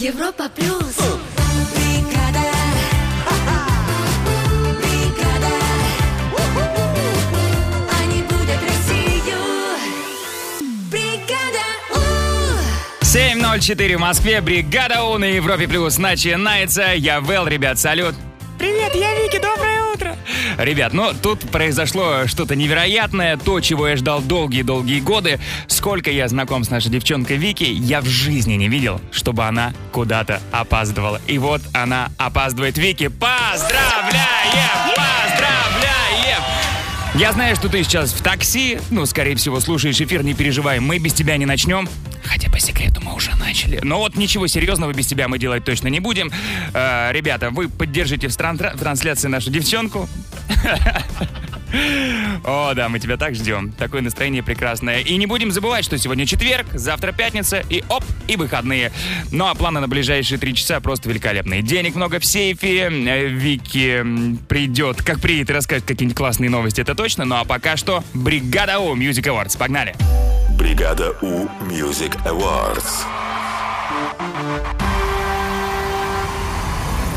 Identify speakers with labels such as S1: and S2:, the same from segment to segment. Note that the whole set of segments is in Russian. S1: Европа плюс. Бригада. Бригада. Они будут Россию. Бригада. У.
S2: 7.04 в Москве, бригада У на Европе Плюс начинается. Я Вэл, ребят, салют. Привет, я Вики, доброе утро. Ребят, ну тут произошло что-то невероятное, то, чего я ждал долгие-долгие годы. Сколько я знаком с нашей девчонкой Вики, я в жизни не видел, чтобы она куда-то опаздывала. И вот она опаздывает. Вики, поздравляем! Поздравляем! Я знаю, что ты сейчас в такси, ну, скорее всего, слушаешь эфир, не переживай, мы без тебя не начнем. Хотя по секрету мы уже начали. Но вот ничего серьезного без тебя мы делать точно не будем. Э, ребята, вы поддержите в, стран- в трансляции нашу девчонку. О, да, мы тебя так ждем. Такое настроение прекрасное. И не будем забывать, что сегодня четверг, завтра пятница, и оп, и выходные. Ну а планы на ближайшие три часа просто великолепные. Денег много в сейфе, э, Вики м, придет, как приедет, и расскажет какие-нибудь классные новости, это точно. Ну а пока что бригада У Music Awards. Погнали!
S3: Бригада У Music Awards.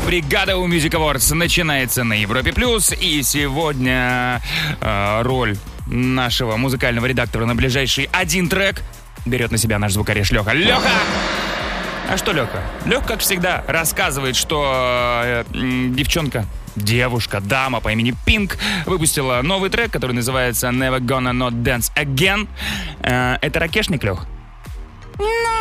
S2: Бригада у Music Awards начинается на Европе Плюс, и сегодня э, роль нашего музыкального редактора на ближайший один трек берет на себя наш звукореж Леха. Леха! А что Леха? Лех, как всегда, рассказывает, что э, м, девчонка, девушка, дама по имени Пинк выпустила новый трек, который называется Never Gonna Not Dance Again. Э, это ракешник, Лех? Ну,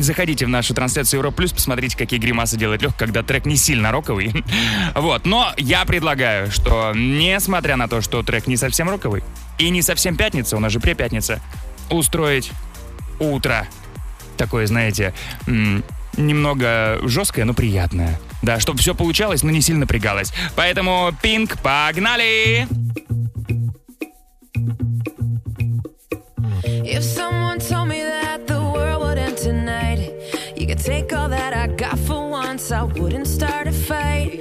S2: Заходите в нашу трансляцию Европ Плюс, посмотрите, какие гримасы делает Лех, когда трек не сильно роковый. Вот, но я предлагаю, что несмотря на то, что трек не совсем роковый и не совсем пятница, у нас же препятница, устроить утро. Такое, знаете, м, немного жесткое, но приятное. Да, чтобы все получалось, но не сильно напрягалось. Поэтому, пинг, погнали!
S4: If someone told me that the world would end tonight, you could take all that I got for once, I wouldn't start a fight.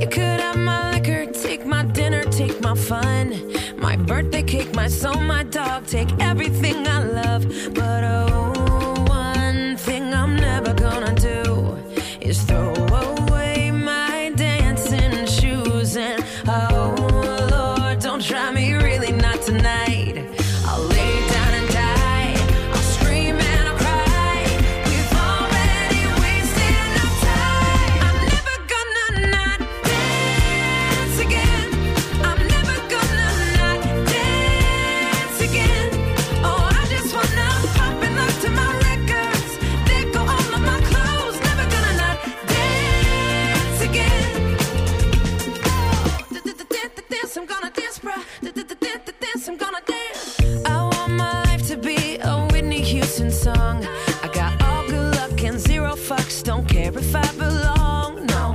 S4: You could have my liquor, take my dinner, take my fun, my birthday cake, my soul, my dog, take everything I love. But oh, one thing I'm never gonna do is throw away my dancing shoes. And oh, Lord, don't try me really not tonight. I'll lay down and die. I'll scream and I'll cry. We've already wasted our time. I'm never gonna not dance again. I'm never gonna not dance again. Oh, I just wanna pop and look to my records. They go all of my clothes. Never gonna not dance again. Dance, I'm gonna dance, bruh. Dance, I'm gonna dance. I want my life to be a Whitney Houston song. I got all good luck and zero fucks. Don't care if I belong, no.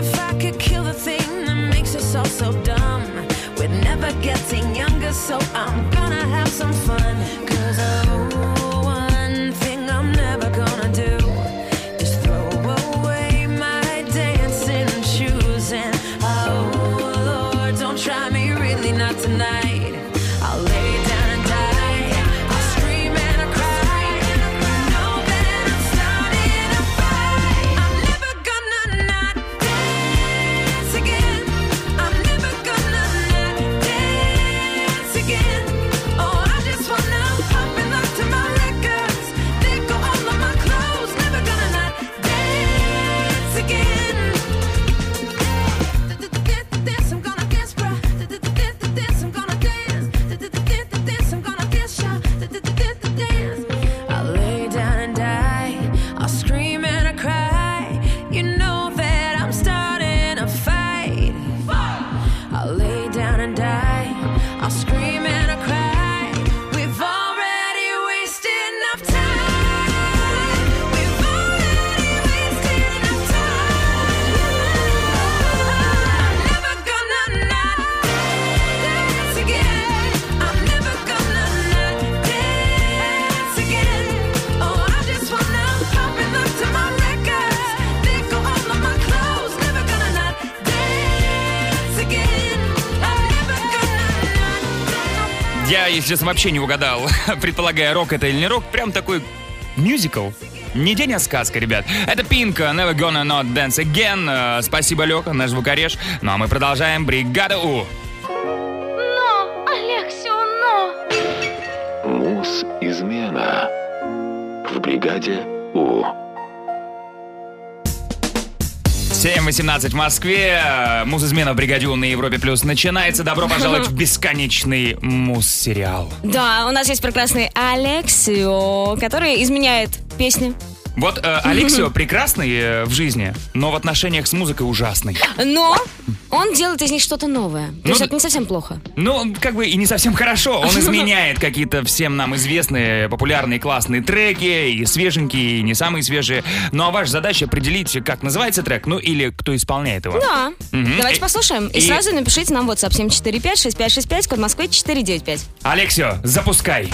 S4: If I could kill the thing that makes us all so dumb, we're never getting younger, so I'm gonna have some fun. Cause oh, one thing I'm never gonna do is throw away my dancing shoes and oh Lord, don't try me really not tonight. I'll lay down and die. I'll scream and I'll cry. Know that I'm starting a fight. I'm never gonna not dance again. I'm never gonna not dance again. Oh, I just wanna pop and look to my records. They go all of my clothes. Never gonna not dance again. Dance, I'm gonna dance, bruh. Dance, I'm gonna dance. Dance, I'm gonna dance, y'all. Dance. I lay down and die. I scream and I cry. You know that I'm starting a fight. I lay down and die. I scream and I cry. We've already wasted enough time. We've already wasted enough time. I'm never gonna not dance again. I'm never gonna not dance again. Oh, I just wanna pop and look to my records. They go all of my clothes. Never gonna not dance again. I'm never gonna not.
S2: Я, если честно, вообще не угадал, предполагая, рок это или не рок, прям такой мюзикл. Не день, а сказка, ребят. Это Пинк, Never Gonna Not Dance Again. Э, Спасибо, Лёха, наш звукореж. Ну а мы продолжаем. Бригада У.
S5: Но, Алексио, но!
S3: Мус измена. В бригаде У.
S2: 7.18 в Москве. Э, Муз-измена в бригаде У на Европе Плюс начинается. Добро пожаловать в бесконечный муз-сериал.
S6: Да, А, у нас есть прекрасный Алексио, который изменяет песни.
S2: Вот э, Алексио прекрасный э, в жизни, но в отношениях с музыкой ужасный.
S6: Но он делает из них что-то новое. То есть
S2: да-
S6: это не совсем плохо.
S2: Ну, как бы и не совсем хорошо. Он изменяет какие-то всем нам известные, популярные, классные треки, и свеженькие, и не самые свежие. Ну, а ваша задача определить, как называется трек, ну, или кто исполняет его.
S6: Да.
S2: Мгм.
S6: Давайте
S2: И-
S6: послушаем. И,
S2: и-
S6: сразу напишите нам WhatsApp 745-6565, код Москвы 495.
S2: Алексио, запускай.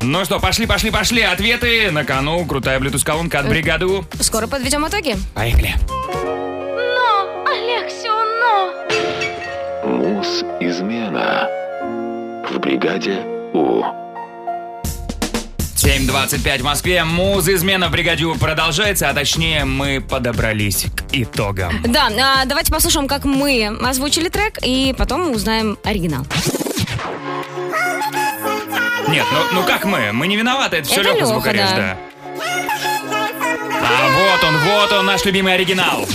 S2: Ну что, пошли, пошли, пошли. Ответы на кону. Крутая Bluetooth-колонка от бригаду.
S6: Скоро подведем итоги.
S2: Поехали.
S5: Но, Алексио, но!
S3: Мус измена. В бригаде У.
S2: 7.25 в Москве. Муз измена в бригадю продолжается, а точнее мы подобрались к итогам.
S6: Да, а, давайте послушаем, как мы озвучили трек, и потом узнаем оригинал.
S2: Нет, ну, ну как мы? Мы не виноваты, это все
S6: Это
S2: Лёха
S6: Лёха,
S2: Звукореж, да.
S6: да.
S2: А вот он, вот он, наш любимый оригинал.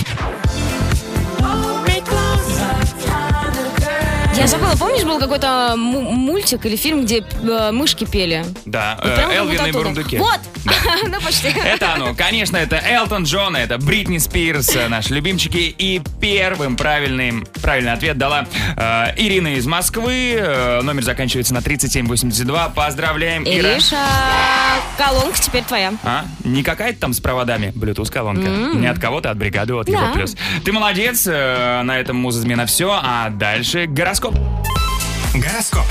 S6: Я забыла, помнишь, был какой-то му- мультик или фильм, где э, мышки пели?
S2: Да,
S6: Вот
S2: э,
S6: прям
S2: Элвин
S6: вот
S2: и
S6: оттуда.
S2: Бурундуки.
S6: Вот! Ну, почти.
S2: Это оно, конечно, это Элтон Джон, это Бритни Спирс, э, наши любимчики. И первым правильным, правильный ответ дала э, Ирина из Москвы. Э, номер заканчивается на 3782. Поздравляем, Ира.
S6: Ириша, колонка теперь твоя.
S2: А? Не какая-то там с проводами Bluetooth-колонка. Не от кого-то, а от бригады, от Европа
S6: Да.
S2: Плюс. Ты молодец, э, на этом музызмена все, а дальше гороскоп. Гороскоп.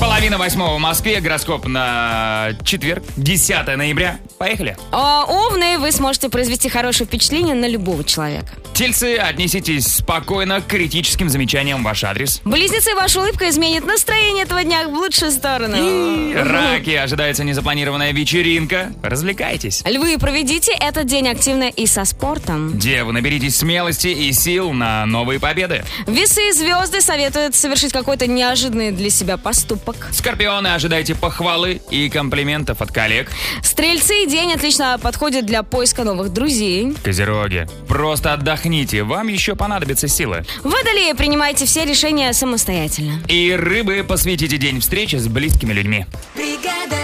S2: Половина восьмого в Москве, гороскоп на четверг, 10 ноября. Поехали.
S6: О, Овны, вы сможете произвести хорошее впечатление на любого человека.
S2: Тельцы, отнеситесь спокойно к критическим замечаниям в ваш адрес.
S6: Близнецы, ваша улыбка изменит настроение этого дня в лучшую сторону.
S2: Раки, ожидается незапланированная вечеринка. Развлекайтесь.
S6: Львы, проведите этот день активно и со спортом.
S2: Девы, наберитесь смелости и сил на новые победы.
S6: Весы и звезды советуют совершить какой-то неожиданный для себя поступок.
S2: Скорпионы, ожидайте похвалы и комплиментов от коллег.
S6: Стрельцы, день отлично подходит для поиска новых друзей.
S2: Козероги, просто отдохните, вам еще понадобятся силы.
S6: Водолеи, принимайте все решения самостоятельно.
S2: И рыбы, посвятите день встречи с близкими людьми.
S1: Бригада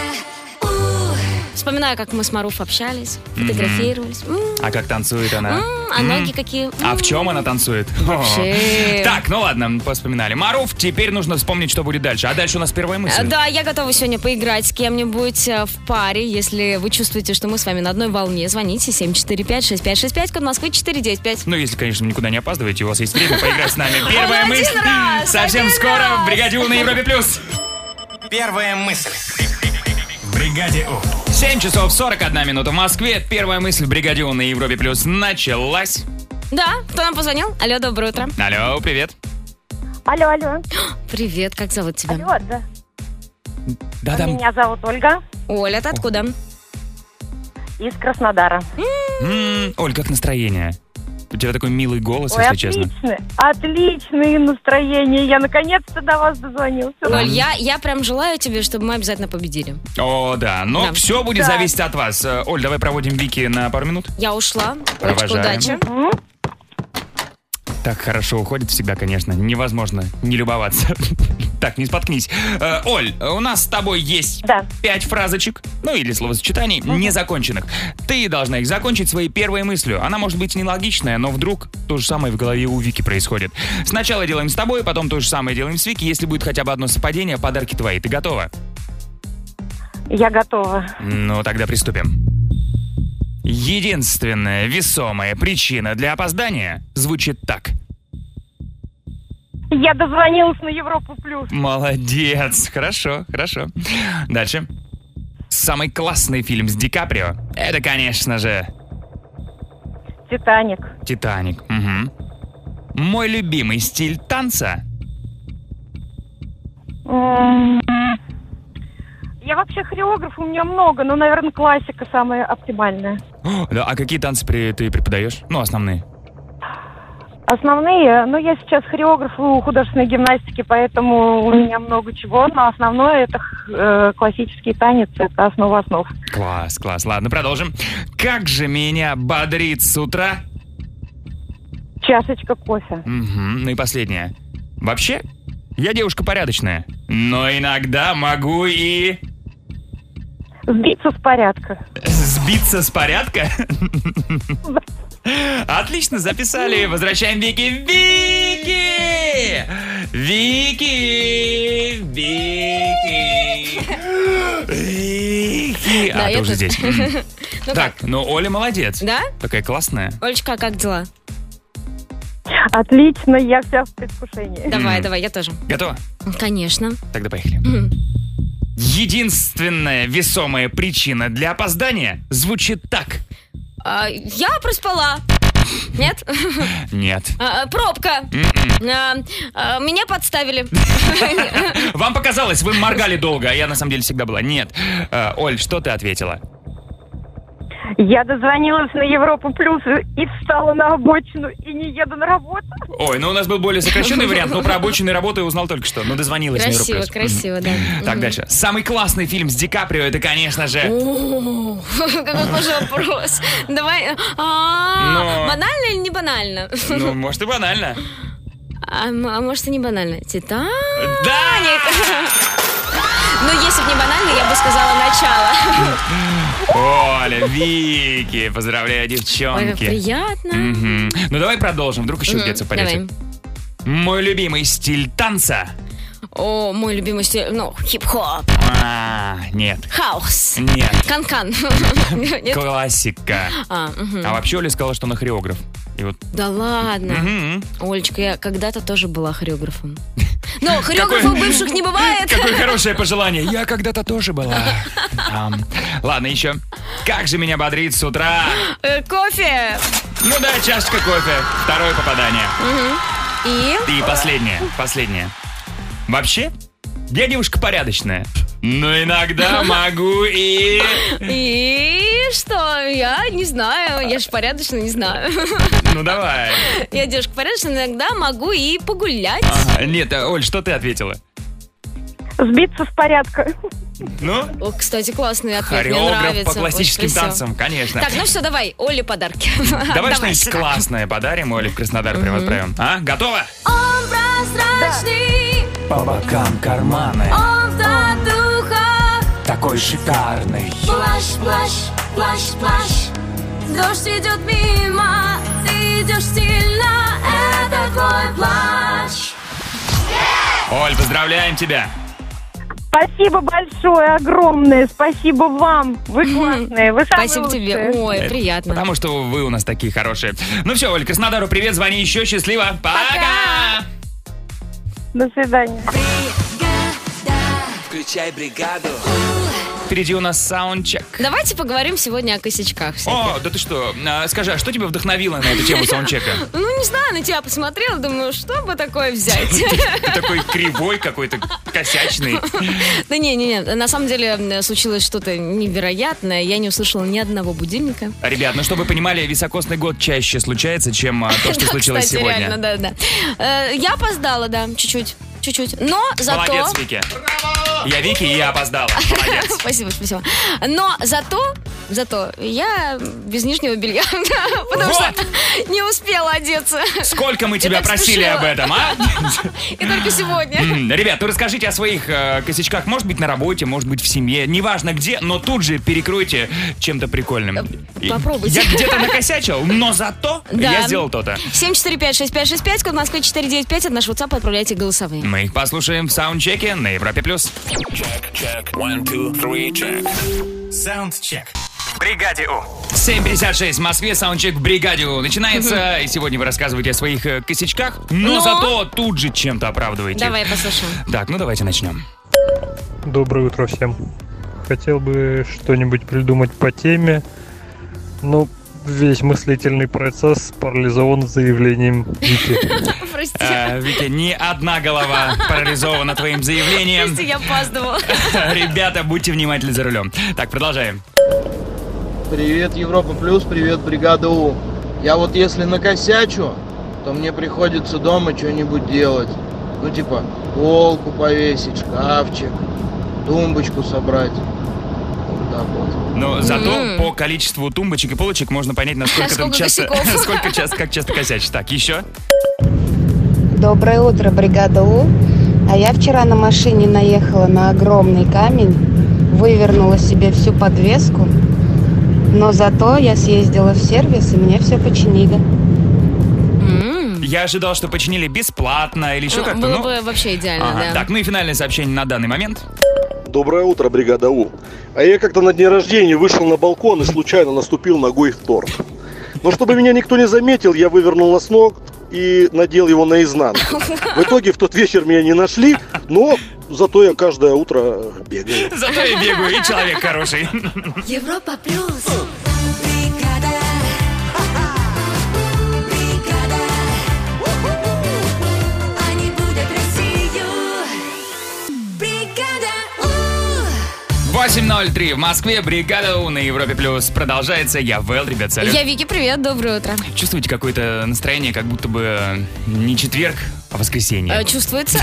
S1: У.
S6: Вспоминаю, как мы с Маруф общались, фотографировались. М,
S2: А как танцует она?
S6: м, А ноги какие? М.
S2: А в чем она танцует?
S6: Вообще.
S2: Так, ну ладно, поспоминали. Маруф, теперь нужно вспомнить, что будет дальше. А дальше у нас первая
S6: Э,
S2: мысль.
S6: Да, я готова сегодня поиграть с кем-нибудь э, в паре. Если вы чувствуете, что мы с вами на одной волне, звоните 745-6565, код Москвы 495.
S2: Ну, если, конечно, никуда не опаздываете, у вас есть время поиграть с нами. Первая
S6: один
S2: мысль
S6: раз,
S2: совсем
S6: один
S2: скоро в
S6: раз.
S2: «Бригаде У» на Европе+. плюс.
S7: Первая мысль. В бригаде У.
S2: 7 часов 41 минута в Москве. Первая мысль в «Бригаде У» на Европе+. плюс началась.
S6: Да, кто нам позвонил? Алло, доброе утро.
S2: Алло, привет.
S8: Алло, алло.
S6: Привет, как зовут тебя?
S8: Алло, да.
S2: Да, там.
S8: Меня зовут Ольга
S6: Оля, ты откуда?
S8: из Краснодара.
S2: М, Оль, как настроение? У тебя такой милый голос,
S8: Ой,
S2: если честно.
S8: отличное, отличное настроение. Я наконец-то до вас дозвонился.
S6: Оль, я, я прям желаю тебе, чтобы мы обязательно победили.
S2: О, да. Но
S6: Да.
S2: все будет
S8: Да.
S2: зависеть от вас. Э, Оль, давай проводим Вики на пару минут.
S6: Я ушла. Олечка,
S2: Провожаем.
S6: удачи.
S2: Так хорошо уходит всегда, конечно. Невозможно не любоваться. Так, не споткнись. Э, Оль, у нас с тобой есть
S8: Да.
S2: пять фразочек, ну или словосочетаний, незаконченных. Ты должна их закончить своей первой мыслью. Она может быть нелогичная, но вдруг то же самое в голове у Вики происходит. Сначала делаем с тобой, потом то же самое делаем с Вики. Если будет хотя бы одно совпадение, подарки твои. Ты готова?
S8: Я готова.
S2: Ну, тогда приступим. Единственная весомая причина для опоздания звучит так.
S8: Я дозвонилась на Европу Плюс.
S2: Молодец. Хорошо, хорошо. Дальше. Самый классный фильм с Ди Каприо. Это, конечно же...
S8: Титаник.
S2: Титаник. Мгм. Мой любимый стиль танца.
S8: М, Я вообще хореограф, у меня много, но, наверное, классика самая оптимальная.
S2: О, да, а какие танцы при- ты преподаешь? Ну, основные.
S8: Основные, ну, я сейчас хореограф у художественной гимнастики, поэтому у меня много чего, но основное это э, классический танец, это основа основ.
S2: Класс, класс. Ладно, продолжим. Как же меня бодрит с утра?
S8: Чашечка кофе.
S2: Мгм. Ну и последнее. Вообще, я девушка порядочная, но иногда могу и...
S8: Сбиться с порядка.
S2: Сбиться с порядка? Отлично, записали. Возвращаем Вики. Вики! Вики! Вики! Вики!
S6: Да,
S2: А, ты
S6: я
S2: уже
S6: тут.
S2: здесь. Мгм.
S6: Ну как?
S2: Так, ну Оля молодец.
S6: Да?
S2: Такая классная.
S6: Олечка, а как дела?
S8: Отлично, я вся в предвкушении.
S6: Давай,
S2: М.
S6: давай, я тоже.
S2: Готова?
S6: Конечно.
S2: Тогда поехали.
S6: Мгм.
S2: Единственная весомая причина для опоздания звучит так.
S6: А, я проспала. Нет?
S2: Нет.
S6: А, а, пробка.
S2: М-м.
S6: А, а, меня подставили.
S2: Вам показалось, вы моргали долго, а я на самом деле всегда была. Нет. Э, Оль, что ты ответила?
S8: Я дозвонилась на Европу Плюс и встала на обочину и не еду на работу.
S2: Ой, ну у нас был более сокращенный вариант, но про обученную работу я узнал только что. Ну, дозвонилась. на
S6: Красиво,
S2: Европресс.
S6: красиво, да.
S2: Мгм. Так, дальше. Самый классный фильм с Ди Каприо, это, конечно же...
S6: О, Какой тоже вопрос. Давай. э,
S2: Но-
S6: а, Банально или не банально?
S2: Ну, может, и банально.
S6: А м- а может и не банально. Титан.
S2: Да!
S6: Ну, если бы не банально, я бы сказала начало.
S2: Оля, Вики, поздравляю,
S6: Ой, как
S2: девчонки.
S6: приятно.
S2: Мгм. Ну, давай продолжим, вдруг еще где-то
S6: Давай.
S2: совпадете. Мой любимый стиль танца...
S6: О, мой любимый стиль. Ну, хип-хоп.
S2: А, нет,
S6: Хаус.
S2: нет.
S6: Канкан. Нет?
S2: Классика.
S6: А, мгм.
S2: А вообще Оля сказала, что она хореограф. И вот...
S6: Да ладно.
S2: Мгм.
S6: Олечка, я когда-то тоже была хореографом. Но хореографов
S2: Какой-
S6: бывших не бывает.
S2: Какое хорошее пожелание. Я когда-то тоже была. Ам. Ладно, еще. Как же меня бодрит с утра.
S6: Э, Кофе.
S2: Ну да, чашечка кофе. Второе попадание.
S6: И?
S2: И последнее, последнее. Вообще, я девушка порядочная. Но иногда могу и...
S6: И что? Я не знаю. Я же порядочно не знаю.
S2: Ну давай.
S6: Я девушка порядочная, иногда могу и погулять.
S2: Ага. Нет, э, Оль, что ты ответила?
S8: Сбиться с порядка.
S2: Ну,
S6: О, кстати, классный ответ. Мне
S2: хореограф
S6: нравится.
S2: по классическим
S6: Очень красиво.
S2: танцам, конечно.
S6: Так, ну все, давай, Оле подарки.
S2: Давай что-нибудь
S6: сюда.
S2: классное подарим, Оле в Краснодар прям отправим. А, готово?
S5: Он прозрачный,
S2: По бокам карманы,
S5: он в татухах.
S2: такой шикарный.
S5: Плащ, плащ, плащ, плащ. Дождь идет мимо, а ты идешь сильно. Это твой плащ.
S2: Оль, поздравляем тебя.
S8: Спасибо большое, огромное. Спасибо вам. Вы классные. Вы самые
S6: Спасибо тебе.
S8: лучшие.
S6: Ой,
S2: Это
S6: приятно.
S2: Потому что вы у нас такие хорошие. Ну все, Оль, Краснодару привет, звони еще, счастливо. Пока!
S8: До свидания.
S2: Впереди у нас саундчек.
S6: Давайте поговорим сегодня о косячках. всяких.
S2: О, да ты что? А, Скажи, а что тебя вдохновило на эту тему саундчека?
S6: Ну, не знаю, на тебя посмотрела, думаю, что бы такое взять.
S2: Ты такой кривой какой-то, косячный.
S6: Да не, не, не, на самом деле м, случилось что-то невероятное. Я не услышала ни одного будильника.
S2: Ребят, ну чтобы вы понимали, високосный год чаще случается, чем а, то, что
S6: Да,
S2: случилось
S6: кстати, реально,
S2: сегодня.
S6: да, да. Э, Я опоздала, да, чуть-чуть, чуть-чуть. Но зато...
S2: Молодец, Вики. Я Вики, и я опоздала. Молодец.
S6: Спасибо, спасибо. Но зато, зато я без нижнего белья, да, потому
S2: Вот.
S6: что не успела одеться.
S2: Сколько мы тебя
S6: так
S2: просили
S6: спешила.
S2: об этом, а?
S6: И только сегодня.
S2: М, Ребят, ну расскажите о своих э, косячках. Может быть, на работе, может быть, в семье. Неважно где, но тут же перекройте чем-то прикольным. И-
S6: Э, попробуйте.
S2: Я где-то накосячил, но зато
S6: Да.
S2: я сделал то-то.
S6: 745-6565, код Москвы 495, от нашего WhatsApp отправляйте голосовые.
S2: Мы их послушаем в саундчеке на Европе+. плюс.
S7: Саундчек. В бригаде У.
S2: 7.56 в Москве, саундчек в бригаде У» начинается. И сегодня вы рассказываете о своих э, косячках, но,
S6: Но.
S2: зато тут же чем-то оправдываете.
S6: Ну? Давай послушаем.
S2: Так, ну давайте начнем.
S9: Доброе утро всем. Хотел бы что-нибудь придумать по теме. Ну,
S10: Весь мыслительный процесс парализован заявлением Вики.
S6: Прости.
S2: Э, Витя, ни одна голова парализована твоим заявлением.
S6: Прости, я опаздывала.
S2: А Ребята, будьте внимательны за рулем. Так, продолжаем.
S11: Привет, Европа Плюс, привет, Бригада У. Я вот если накосячу, то мне приходится дома что-нибудь делать. Ну, типа, полку повесить, шкафчик, тумбочку собрать. Вот так вот.
S2: Но зато
S6: М.
S2: по количеству тумбочек и полочек можно понять, насколько там
S6: Сколько
S2: часто,
S6: косяков.
S2: сколько часто, как часто косячишь. Так, еще.
S12: Доброе утро, бригада У. А я вчера на машине наехала на огромный камень, вывернула себе всю подвеску, но зато я съездила в сервис и мне все починили.
S6: М,
S2: Я ожидал, что починили бесплатно или еще
S6: ну,
S2: как-то.
S6: Было
S2: но-
S6: бы вообще идеально,
S2: Ага,
S6: да.
S2: Так, ну и финальное сообщение на данный момент.
S3: Доброе утро, бригада У. А я как-то на дне рождения вышел на балкон и случайно наступил ногой в торт. Но чтобы меня никто не заметил, я вывернул нос ног и надел его наизнанку. В итоге в тот вечер меня не нашли, но зато я каждое утро бегаю.
S2: Зато я бегаю, и человек хороший.
S4: Европа плюс. Бригада. Бригада. Они будут Россию. Бригада. У.
S2: 8.03 в Москве, бригада У на Европе Плюс. Продолжается. Я Вэл, ребят, салют.
S6: Я Вики, привет, доброе утро.
S2: Чувствуете какое-то настроение, как будто бы э, не четверг, а воскресенье?
S6: Э, Чувствуется?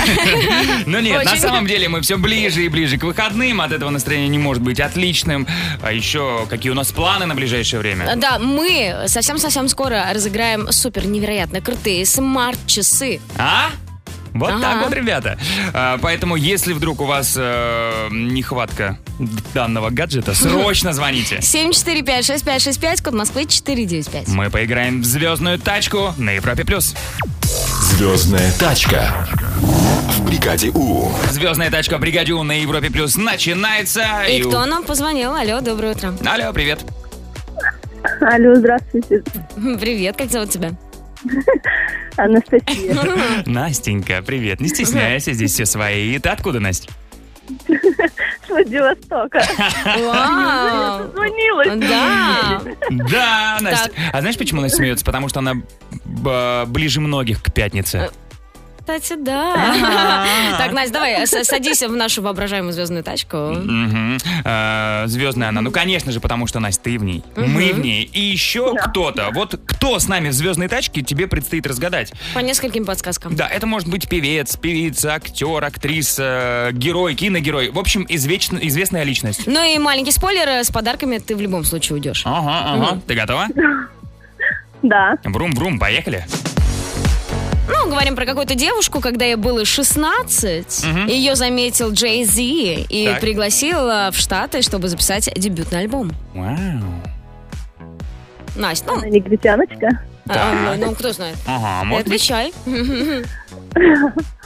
S2: Ну нет, на
S6: Очень.
S2: самом деле мы все ближе и ближе к выходным, от этого настроение не может быть отличным. А еще какие у нас планы на ближайшее время?
S6: Да, мы совсем-совсем скоро разыграем супер невероятно крутые смарт-часы.
S2: А? Вот
S6: Ага.
S2: так вот, ребята. А, поэтому, если вдруг у вас э, нехватка данного гаджета, срочно звоните.
S6: 745-6565, код Москвы 495.
S2: Мы поиграем в звездную тачку на Европе плюс.
S13: Звездная тачка в бригаде У.
S2: Звездная тачка бригадю на Европе плюс начинается.
S6: И
S2: у-
S6: кто нам позвонил? Алло, доброе утро.
S2: Алло, привет.
S8: Алло, здравствуйте.
S6: Хм, Привет, как зовут тебя?
S8: Анастасия.
S2: Настенька, привет. Не стесняйся, здесь все свои. И ты откуда, Настя?
S8: С Владивостока.
S6: Вау.
S8: Звонилась.
S6: Да.
S2: Да, Настя. А знаешь, почему Настя смеется? Потому что она б- ближе многих к пятнице.
S6: Кстати, да. Так, Настя, давай, с- садись в нашу воображаемую звездную тачку.
S2: Мгм. Э, Звездная она. Ну, конечно же, потому что, Настя, ты в ней. Мы в ней. И еще кто-то. Вот кто с нами в звездной тачке, тебе предстоит разгадать.
S6: По нескольким подсказкам.
S2: Да, это может быть певец, певица, актер, актриса, герой, киногерой. В общем, извечно- известная личность.
S6: Ну и маленький спойлер, э, с подарками ты в любом случае уйдешь.
S2: Ага, ага.
S6: Мгм.
S2: Ты готова?
S8: Да.
S2: Брум-брум, поехали.
S6: Ну, говорим про какую-то девушку, когда ей было 16,
S2: Мгм.
S6: ее заметил Джей Зи и
S2: Так.
S6: пригласил э, в Штаты, чтобы записать дебютный альбом.
S2: Вау.
S6: Настя, ну,
S8: Негритяночка.
S6: а,
S2: Так.
S6: ну, ну, кто знает.
S2: Ага,
S6: Ты
S2: может быть.
S6: отвечай.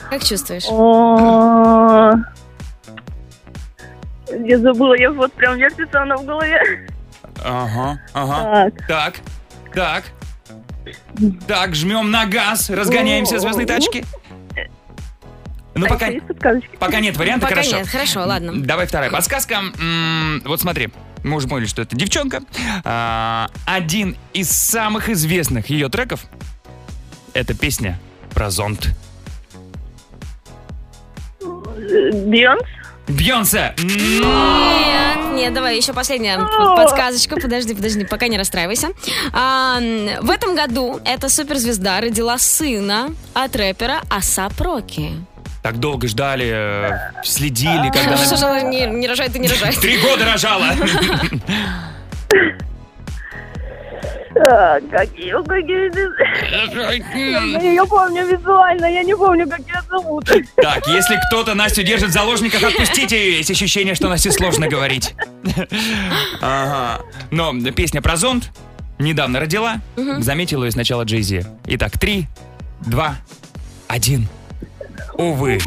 S6: Как чувствуешь?
S8: О, Я забыла, я вот прям вертится она в голове.
S2: Ага, ага. Так, так. Так, жмем на газ, разгоняемся звездной тачки. Ну, пока, пока нет варианта,
S6: Пока
S2: хорошо.
S6: нет, хорошо, ладно.
S2: Давай вторая подсказка. М, Вот смотри, мы уже поняли, что это девчонка. А, Один из самых известных ее треков — это песня про зонт.
S8: Бьонс.
S2: Бьонсе!
S6: Нет, нет, давай, еще последняя п- подсказочка. Подожди, подожди, пока не расстраивайся. А, м, в этом году эта суперзвезда родила сына от рэпера Асап Роки.
S2: Так долго ждали, э, следили, когда...
S6: Что же
S2: она-
S6: она не, не рожает и не рожает?
S2: Три года рожала!
S8: А, Как ее, как ее... Ну, Я ее помню визуально, я не помню, как ее зовут.
S2: Так, если кто-то Настю держит в заложниках, отпустите ее. Есть ощущение, что Насте сложно говорить. Ага. Но песня про зонт недавно родила. Заметила ее сначала Джейзи. Итак, три, два, один. Увы.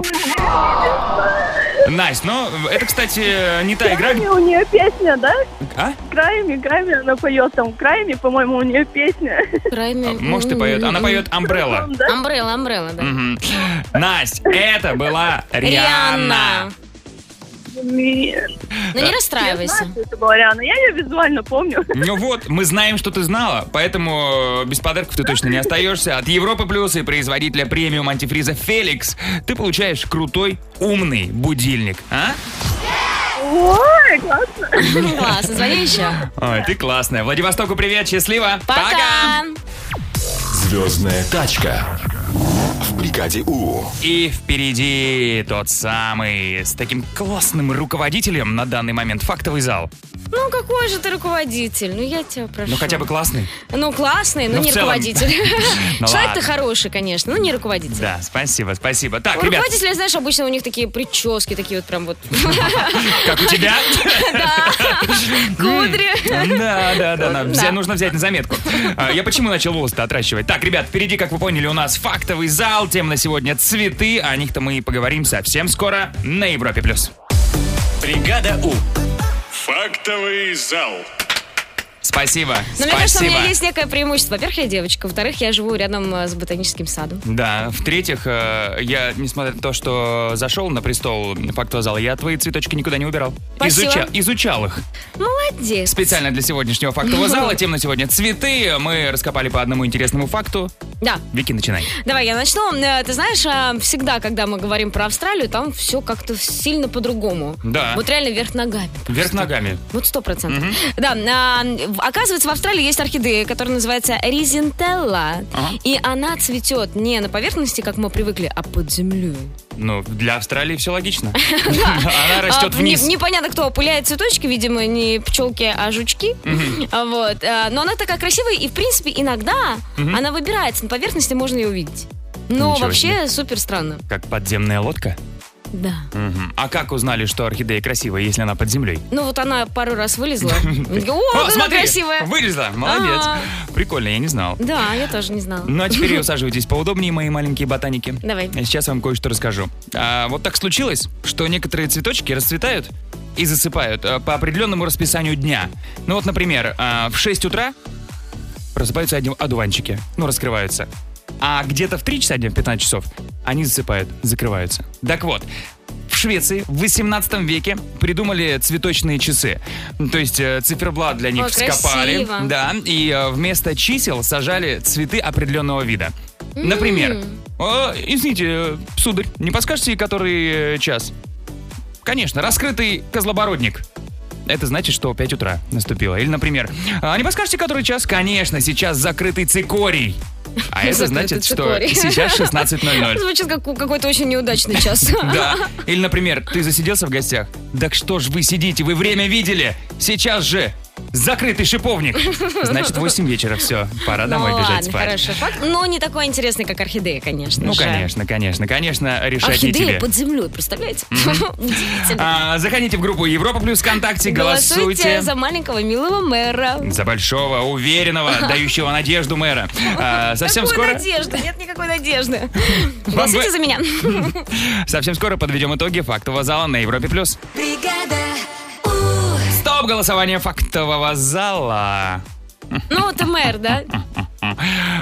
S2: Настя, ну, это, кстати, не та игра...
S8: Крайми у нее песня, да?
S2: А?
S8: Крайми, Крайми она поет там. Крайми, по-моему, у нее песня.
S2: А, Может, и поет. Она поет «Амбрелла».
S6: Амбрелла, амбрелла, да.
S2: Мгм. Настя, это была Рианна.
S6: Рианна.
S14: Нет.
S6: Ну не
S14: Я
S6: расстраивайся.
S14: знаю, что это была Риана. Я ее визуально помню.
S2: Ну вот, мы знаем, что ты знала, поэтому э, без подарков ты точно не остаешься. От Европы Плюс и производителя премиум антифриза Феликс ты получаешь крутой, умный будильник, а?
S14: Ой, классно.
S6: Классно, звони еще.
S2: Ой, ты классная. Владивостоку привет, счастливо.
S6: Пока.
S3: Звездная тачка. В бригаде У.
S2: И впереди тот самый с таким классным руководителем на данный момент фактовый зал.
S6: Ну какой же ты руководитель? Ну я тебя прошу.
S2: Ну хотя бы классный.
S6: Ну классный, но
S2: Ну, в
S6: не
S2: целом.
S6: руководитель.
S2: Ну,
S6: Человек-то
S2: ладно.
S6: хороший, конечно, но не руководитель.
S2: Да, спасибо, спасибо.
S6: У
S2: Так, ребят, Хм.
S6: руководителя, знаешь, обычно у них такие прически, такие вот прям вот.
S2: как у тебя?
S6: Да. Кудри.
S2: Да, да, да, да.
S6: Да.
S2: Взя- Нужно взять на заметку. А, Я почему начал волосы отращивать? Так, ребят, впереди, как вы поняли, у нас фактовый зал. Тема на сегодня цветы. О них-то мы и поговорим совсем скоро на Европе+. плюс. Бригада У.
S15: Фактовый зал.
S2: Спасибо.
S6: Но Ну, мне кажется, у
S2: спасибо.
S6: меня есть некое преимущество. Во-первых, я девочка. Во-вторых, я живу рядом э, с ботаническим садом.
S2: Да, в-третьих, э, я, несмотря на то, что зашел на престол фактового зала, я твои цветочки никуда не убирал.
S6: Спасибо.
S2: Изуча- изучал их.
S6: Молодец.
S2: Специально для сегодняшнего фактового зала. Тем на сегодня цветы. Мы раскопали по одному интересному факту.
S6: Да.
S2: Вики, начинай.
S6: Давай я начну. Э, Ты знаешь, э, всегда, когда мы говорим про Австралию, там все как-то сильно по-другому.
S2: Да.
S6: Вот реально вверх ногами.
S2: Вверх ногами.
S6: Вот сто процентов. Да, а, в- оказывается, в Австралии есть орхидея, которая называется резентелла.
S2: Ага.
S6: И она цветет не на поверхности, как мы привыкли, а под землей.
S2: Ну, для Австралии все логично. Она растет
S6: А, не-
S2: вниз.
S6: непонятно, кто опыляет цветочки, видимо, не пчелки, а жучки.
S2: Мгм.
S6: А, Вот. а, Но она такая красивая, и, в принципе, иногда
S2: Мгм.
S6: она выбирается на поверхности, можно ее увидеть. Но
S2: Ничего
S6: вообще
S2: себе.
S6: супер странно.
S2: Как подземная лодка?
S6: Да.
S2: Мгм. А как узнали, что орхидея красивая, если она под землей?
S6: Ну вот она пару раз вылезла. О, как она
S2: смотри,
S6: красивая. А.
S2: вылезла, молодец.
S6: Ага.
S2: Прикольно, я не знал.
S6: Да, я тоже не знала.
S2: Ну а теперь усаживайтесь поудобнее, мои маленькие ботаники.
S6: Давай.
S2: Я сейчас вам кое-что расскажу. А, вот так случилось, что некоторые цветочки расцветают и засыпают а, по определенному расписанию дня. Ну вот, например, а, в 6 утра просыпаются одни одуванчики, ну, раскрываются. А где-то в 3 часа дня, в 15 часов, они засыпают, закрываются. Так вот, в Швеции в 18 веке придумали цветочные часы. Ну, То есть э, циферблат для них
S6: Ой,
S2: вскопали.
S6: красиво.
S2: Да, и э, вместо чисел сажали цветы определенного вида. Например, «Э, извините, э, сударь, не подскажете, который э, час? Конечно, раскрытый козлобородник. Это значит, что 5 утра наступило. Или, например, «А не подскажете, который час? Конечно, сейчас закрытый цикорий. А это
S6: Закрытый
S2: значит, что
S6: цикорий.
S2: сейчас 16.00.
S6: Звучит как у- какой-то очень неудачный час.
S2: Да. Или, например, ты засиделся в гостях. Так что ж вы сидите, вы время видели. Сейчас же закрытый шиповник. Значит, 8 вечера, все, пора домой
S6: ну,
S2: бежать
S6: ладно,
S2: спать.
S6: хорошо. Факт, но не такой интересный, как орхидея, конечно
S2: Ну,
S6: же.
S2: конечно, конечно, конечно, решать не тебе.
S6: Орхидея под землей, представляете? Удивительно.
S2: А, заходите в группу Европа Плюс ВКонтакте, голосуйте.
S6: за маленького милого мэра.
S2: За большого, уверенного, дающего надежду мэра. А, совсем
S6: Какой
S2: скоро,
S6: надежды? Нет никакой надежды.
S2: Вам
S6: Голосуйте
S2: бы-
S6: за меня.
S2: совсем скоро подведем итоги фактового зала на Европе Плюс.
S1: Бригада
S2: Стоп голосование фактового зала.
S6: Ну, это мэр, да?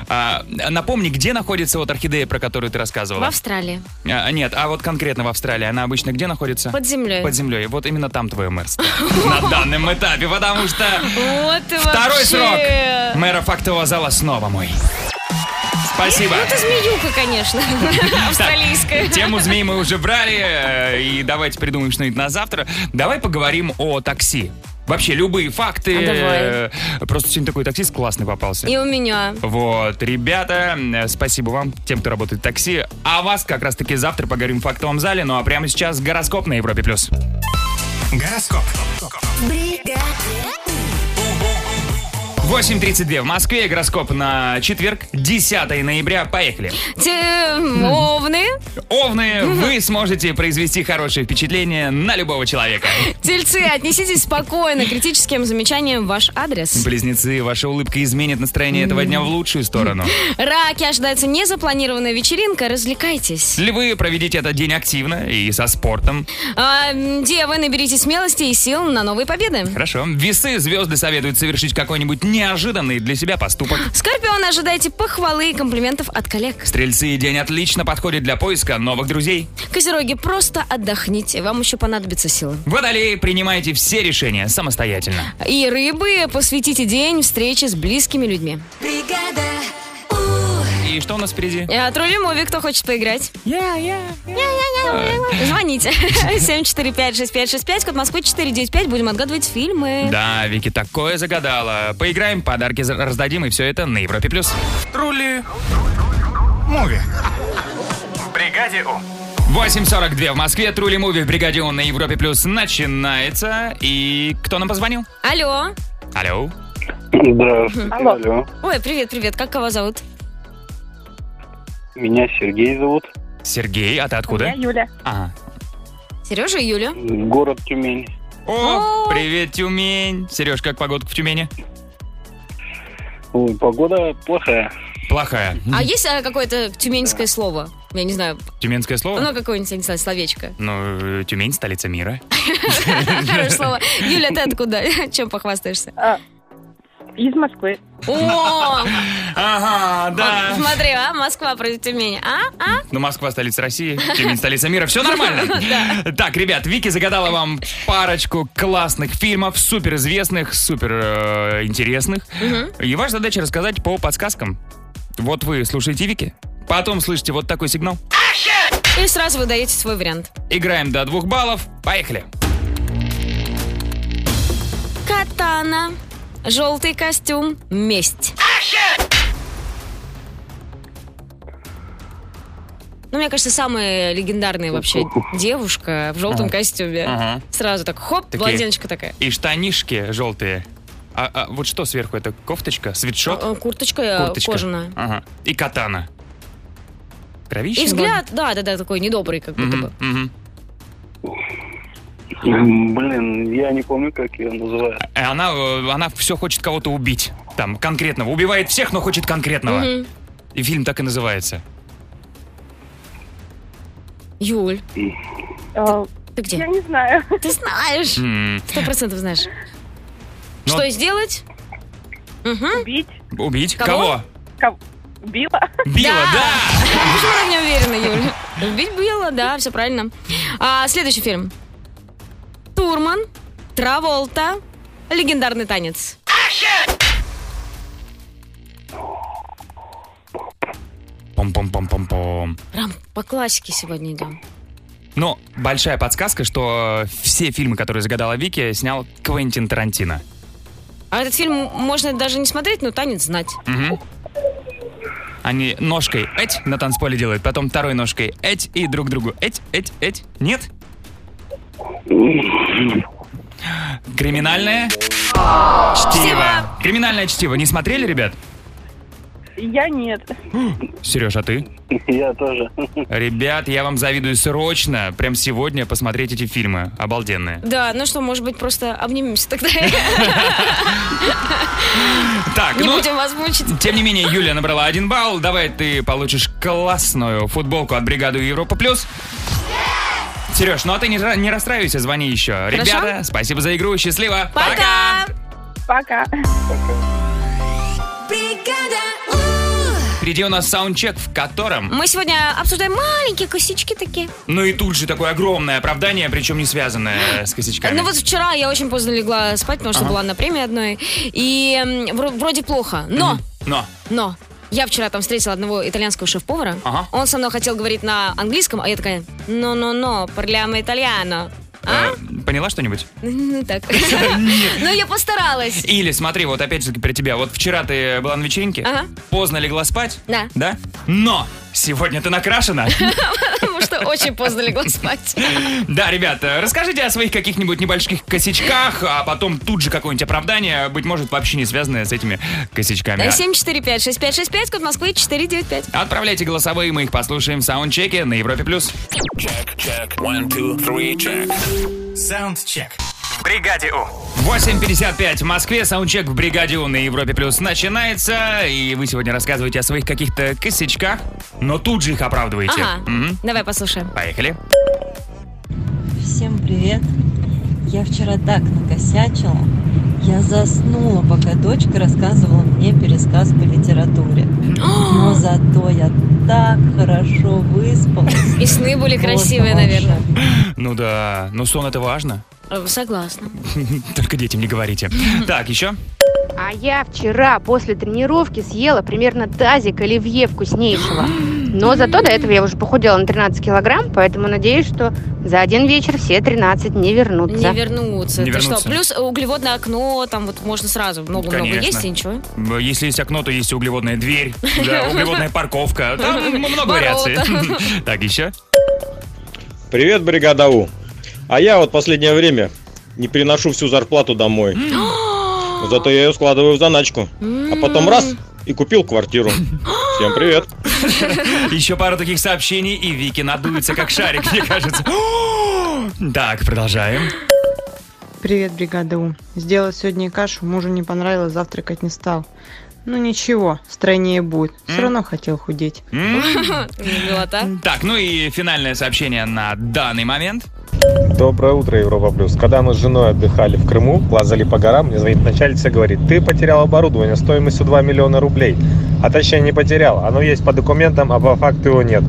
S2: А, напомни, где находится вот орхидея, про которую ты рассказывала?
S6: В Австралии.
S2: А, нет, а вот конкретно в Австралии она обычно где находится?
S6: Под землей.
S2: Под землей. Вот именно там твое мэрство. На данном этапе, потому что
S6: Вот и
S2: второй
S6: вообще.
S2: срок мэра фактового зала снова мой. Спасибо.
S6: Ну, это змеюка, конечно. Австралийская.
S2: Так, Тему змеи мы уже брали, э, и давайте придумаем что-нибудь на завтра. Давай поговорим о такси. Вообще, любые факты.
S6: А, давай.
S2: Э, Просто сегодня такой таксист классный попался.
S6: И у меня.
S2: Вот, ребята, э, спасибо вам, тем, кто работает в такси. А вас как раз-таки завтра поговорим в фактовом зале, ну а прямо сейчас гороскоп на Европе+. плюс. Гороскоп. 8.32 в Москве, гороскоп на четверг, 10 ноября, поехали.
S6: Те- Овны,
S2: Овны, вы сможете произвести хорошее впечатление на любого человека.
S6: тельцы, отнеситесь спокойно к критическим замечаниям в ваш адрес.
S2: Близнецы, ваша улыбка изменит настроение этого дня в лучшую сторону.
S6: Раки, ожидается незапланированная вечеринка, развлекайтесь.
S2: Львы, проведите этот день активно и со спортом.
S6: А, м, девы, наберите смелости и сил на новые победы.
S2: Хорошо. Весы звезды советуют совершить какой-нибудь неожиданный для себя поступок.
S6: Скорпион, ожидайте похвалы и комплиментов от коллег.
S2: Стрельцы день отлично подходит для поиска новых друзей.
S6: Козероги, просто отдохните, вам еще понадобится сила.
S2: Водолеи, принимайте все решения самостоятельно.
S6: И рыбы, посвятите день встрече с близкими людьми.
S2: И что у нас впереди?
S6: Я отрулим Ови, А, кто хочет поиграть. Я, я, Звоните. 745-6565, код Москвы 495. Будем отгадывать фильмы.
S2: Да, Вики такое загадала. Поиграем, подарки за- раздадим, и все это на Европе+. плюс.
S7: Трули. Муви. Бригаде У.
S2: 8.42 в Москве. Трули Муви в Бригаде Он на Европе+. плюс начинается. И кто нам позвонил?
S6: Алло.
S2: Алло.
S11: Здравствуйте,
S6: Алло.
S11: алло.
S6: Ой, привет, привет. Как кого зовут?
S11: Меня Сергей зовут.
S2: Сергей, а ты откуда?
S6: Юля.
S2: А,
S6: Сережа и Юля.
S11: Город Тюмень.
S2: О, привет, Тюмень. Сереж, как погодка в Тюмени?
S11: Ой, погода плохая.
S2: Плохая.
S6: А есть а, какое-то тюменское слово? Я не знаю.
S2: Тюменское слово?
S6: Ну, какое-нибудь, я не знаю, словечко.
S2: Ну, э, Тюмень – столица мира.
S6: Хорошее слово. Юля, ты откуда? Чем похвастаешься?
S8: Из Москвы.
S6: О,
S2: Ага, да.
S6: смотри, а, Москва против Тюмени. А, а?
S2: Ну, Москва – столица России, Тюмень – столица мира. Все нормально. Так, ребят, Вики загадала вам парочку классных фильмов, суперизвестных, супер э, интересных. И ваша задача рассказать по подсказкам. Вот вы слушаете Вики, потом слышите вот такой сигнал.
S6: И сразу вы даете свой вариант.
S2: Играем до двух баллов. Поехали.
S6: Катана, желтый костюм, месть. Ну, мне кажется, самая легендарная вообще девушка в желтом
S2: Ага.
S6: костюме.
S2: Ага.
S6: Сразу так, хоп,
S2: Такие.
S6: блондиночка такая.
S2: И штанишки желтые. А, а вот что сверху? Это кофточка, свитшот,
S6: Э, Курточка, э,
S2: курточка.
S6: кожаная.
S2: Ага. И катана. Кровище.
S6: И взгляд, да, да, да, такой недобрый, как будто бы.
S11: Блин, я не помню, как ее называют.
S2: Она, э, она все хочет кого-то убить. Там, конкретного. Убивает всех, но хочет конкретного.
S6: Мгм.
S2: И фильм так и называется.
S6: Юль.
S8: Э,
S6: Ты где?
S8: Я не знаю.
S6: Ты знаешь.
S2: М,
S6: Сто процентов знаешь.
S2: Ну,
S6: Что сделать?
S8: Убить.
S2: Убить?
S6: Кого?
S2: Кого?
S8: Била.
S2: Била, да!
S6: Почему так не уверена, Юля? Убить было, да, все правильно. А, следующий фильм. Турман, Траволта, легендарный танец.
S2: Пом-пом-пом-пом-пом.
S6: Прям по классике сегодня идем.
S2: Но большая подсказка, что все фильмы, которые загадала Вики, снял Квентин Тарантино.
S6: А этот фильм можно даже не смотреть, но танец знать.
S2: Мгм. Они ножкой эть на танцполе делают, потом второй ножкой эть и друг другу эть, эть, эть. Нет? Криминальное чтиво. Криминальное чтиво. Не смотрели, ребят?
S8: Я нет.
S2: Сереж, а ты?
S11: Я тоже.
S2: Ребят, я вам завидую срочно, прям сегодня посмотреть эти фильмы. Обалденные.
S6: Да, ну что, может быть, просто обнимемся тогда.
S2: Так,
S6: Не
S2: ну,
S6: будем вас мучить.
S2: Тем не менее, Юлия набрала один балл. Давай ты получишь классную футболку от бригады Европа Плюс. Сереж, ну а ты не, ра- не расстраивайся, звони еще. Ребята, спасибо за игру, счастливо.
S1: Пока!
S8: Пока.
S2: Впереди у нас саундчек, в котором...
S6: Мы сегодня обсуждаем маленькие косички такие.
S2: Ну и тут же такое огромное оправдание, причем не связанное с косячками.
S6: Ну вот вчера я очень поздно легла спать, потому что
S2: Ага.
S6: была на премии одной. И м, вро- вроде плохо, но,
S2: Но.
S6: но. Я вчера там встретила одного итальянского шеф-повара.
S2: Ага.
S6: Он со мной хотел говорить на английском, а я такая, ну-ну-ну, parliamo итальяно. а?
S2: э, поняла что-нибудь?
S6: Ну так. Но я постаралась.
S2: Или смотри, вот опять же таки про тебя. Вот вчера ты была на вечеринке,
S6: Ага.
S2: поздно легла спать,
S6: Да.
S2: да? Но сегодня ты накрашена.
S6: Потому что очень поздно легла спать.
S2: Да, ребята, расскажите о своих каких-нибудь небольших косячках, а потом тут же какое-нибудь оправдание, быть может, вообще не связанное с этими косячками.
S6: 745-6565, код Москвы 495.
S2: Отправляйте голосовые, мы их послушаем в саундчеке на Европе+. плюс.
S7: Чек, one, two, three, check. Саундчек. Бригаде У.
S2: 8.55 в Москве, саундчек в Бригаде У на Европе+. плюс начинается, и вы сегодня рассказываете о своих каких-то косячках, но тут же их оправдываете.
S6: Ага.
S2: Мгм.
S6: Давай послушаем.
S2: Поехали.
S16: Всем привет! Я вчера так накосячила. Я заснула, пока дочка рассказывала мне пересказ по литературе. Но зато я так хорошо выспалась.
S6: И сны были
S16: Просто
S6: красивые, наверное.
S2: Ну да, но сон это важно.
S6: Э, Согласна.
S2: Только детям не говорите. Так, еще?
S17: А я вчера после тренировки съела примерно тазик оливье вкуснейшего. Но зато до этого я уже похудела на 13 килограмм, поэтому надеюсь, что за один вечер все 13 не вернутся.
S6: Не вернутся.
S2: Не
S6: Ты что?
S2: вернутся.
S6: Плюс углеводное окно, там вот можно сразу много-много
S2: Конечно.
S6: есть и ничего.
S2: М, Если есть окно, то есть и углеводная дверь, да, углеводная парковка. Там много вариаций.
S6: Ворота.
S2: Так, еще?
S18: Привет, бригада У. А я вот последнее время не приношу всю зарплату домой. Ну, Зато я ее складываю в заначку. А потом раз и купил квартиру. Всем привет.
S2: Еще пару таких сообщений, и Вики надуется, как шарик, мне кажется. О! Так, продолжаем.
S19: Привет, бригада У. Сделал сегодня кашу, мужу не понравилось, завтракать не стал. Ну ничего, стройнее будет. Все равно хотел худеть.
S6: Милота.
S2: Так, ну и финальное сообщение на данный момент.
S10: Доброе утро, Европа Плюс. Когда мы с женой отдыхали в Крыму, лазали по горам, мне звонит начальница и говорит, ты потерял оборудование стоимостью 2 миллиона рублей. А точнее не потерял, оно есть по документам, а по факту его нет.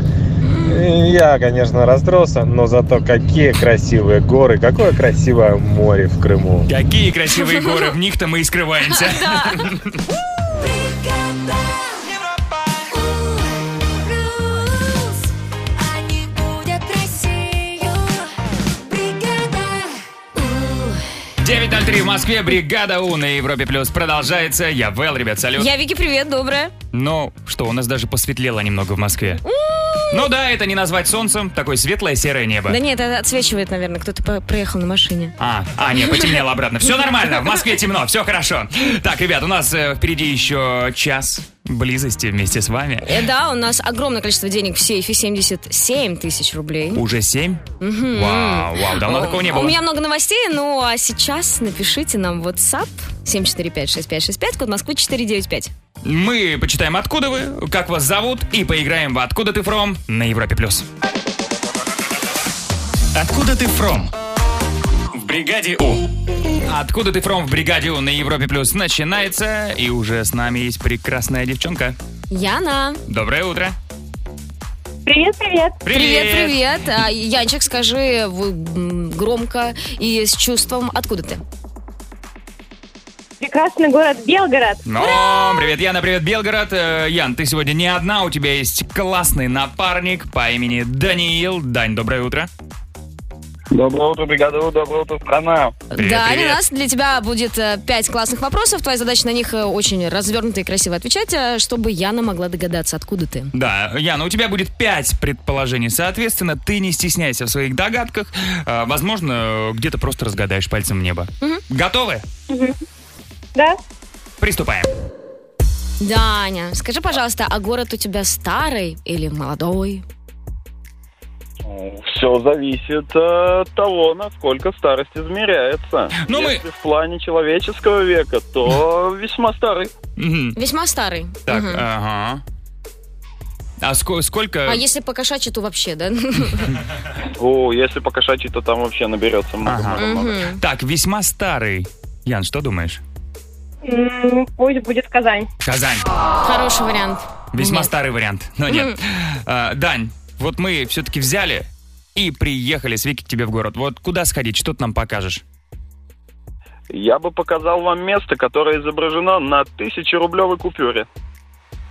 S10: И Я, конечно, растросся, но зато какие красивые горы, какое красивое море в Крыму.
S2: Какие красивые горы, в них-то мы и скрываемся.
S1: Плюс они будут Россию. Бригада.
S2: 9.03 в Москве, бригада У на Европе Плюс продолжается. Я Вэл, ребят, салют.
S6: Я Вики, привет, доброе.
S2: Ну, что, у нас даже посветлело немного в Москве. Ну да, это не назвать солнцем, такое светлое серое небо.
S6: Да нет, это отсвечивает, наверное, кто-то по- проехал на машине.
S2: А, а, нет, потемнело обратно. Все нормально, в Москве темно, все хорошо. Так, ребят, у нас э, впереди еще час близости вместе с вами.
S6: Э, Да, у нас огромное количество денег в сейфе, 77 тысяч рублей.
S2: Уже семь?
S6: Мгм.
S2: Вау, вау, давно а такого не было.
S6: У меня много новостей, ну а сейчас напишите нам в WhatsApp 7456565, код Москвы 495.
S2: Мы почитаем, откуда вы, как вас зовут, и поиграем в «Откуда ты фром» на Европе+. плюс. Откуда ты фром? В бригаде У. Откуда ты фром в бригаде У на Европе плюс начинается, и уже с нами есть прекрасная девчонка.
S6: Яна.
S2: Доброе утро.
S6: Привет, привет.
S2: Привет.
S6: Привет, привет. А, Янчик, скажи в- м, громко и с чувством, откуда ты?
S14: Прекрасный город Белгород.
S2: Ну, привет, Яна, привет, Белгород. Э, Ян, ты сегодня не одна, у тебя есть классный напарник по имени Даниил. Дань, доброе утро.
S11: Доброе утро, бригада У, доброе утро, страна.
S6: да, у нас для тебя будет э, пять классных вопросов. Твоя задача на них э, очень развернуто и красиво отвечать, э, чтобы Яна могла догадаться, откуда ты.
S2: Да, Яна, у тебя будет пять предположений. Соответственно, ты не стесняйся в своих догадках. Э, Возможно, э, где-то просто разгадаешь пальцем в небо. Готовы?
S14: Да.
S2: Приступаем.
S6: Даня, скажи, пожалуйста, а город у тебя старый или молодой?
S11: Все зависит от того, насколько старость измеряется.
S2: Ну, мы-
S11: Если в плане человеческого века, то весьма старый.
S6: Весьма старый.
S2: Так, э,
S6: Мгм.
S2: ага. А ско- сколько...
S6: А если по кошачьи, то вообще, да?
S2: Ну,
S11: О, если по кошачьи, то там вообще наберется много.
S2: Ага.
S6: Мгм.
S2: Так, весьма старый. Ян, что думаешь?
S14: М, Пусть будет Казань.
S2: Казань.
S6: Хороший вариант.
S2: Весьма
S6: А, Нет.
S2: старый вариант, но нет. А, Дань, вот мы все-таки взяли и приехали с Вики к тебе в город. Вот куда сходить, что ты нам покажешь?
S11: Я бы показал вам место, которое изображено на тысячерублевой купюре.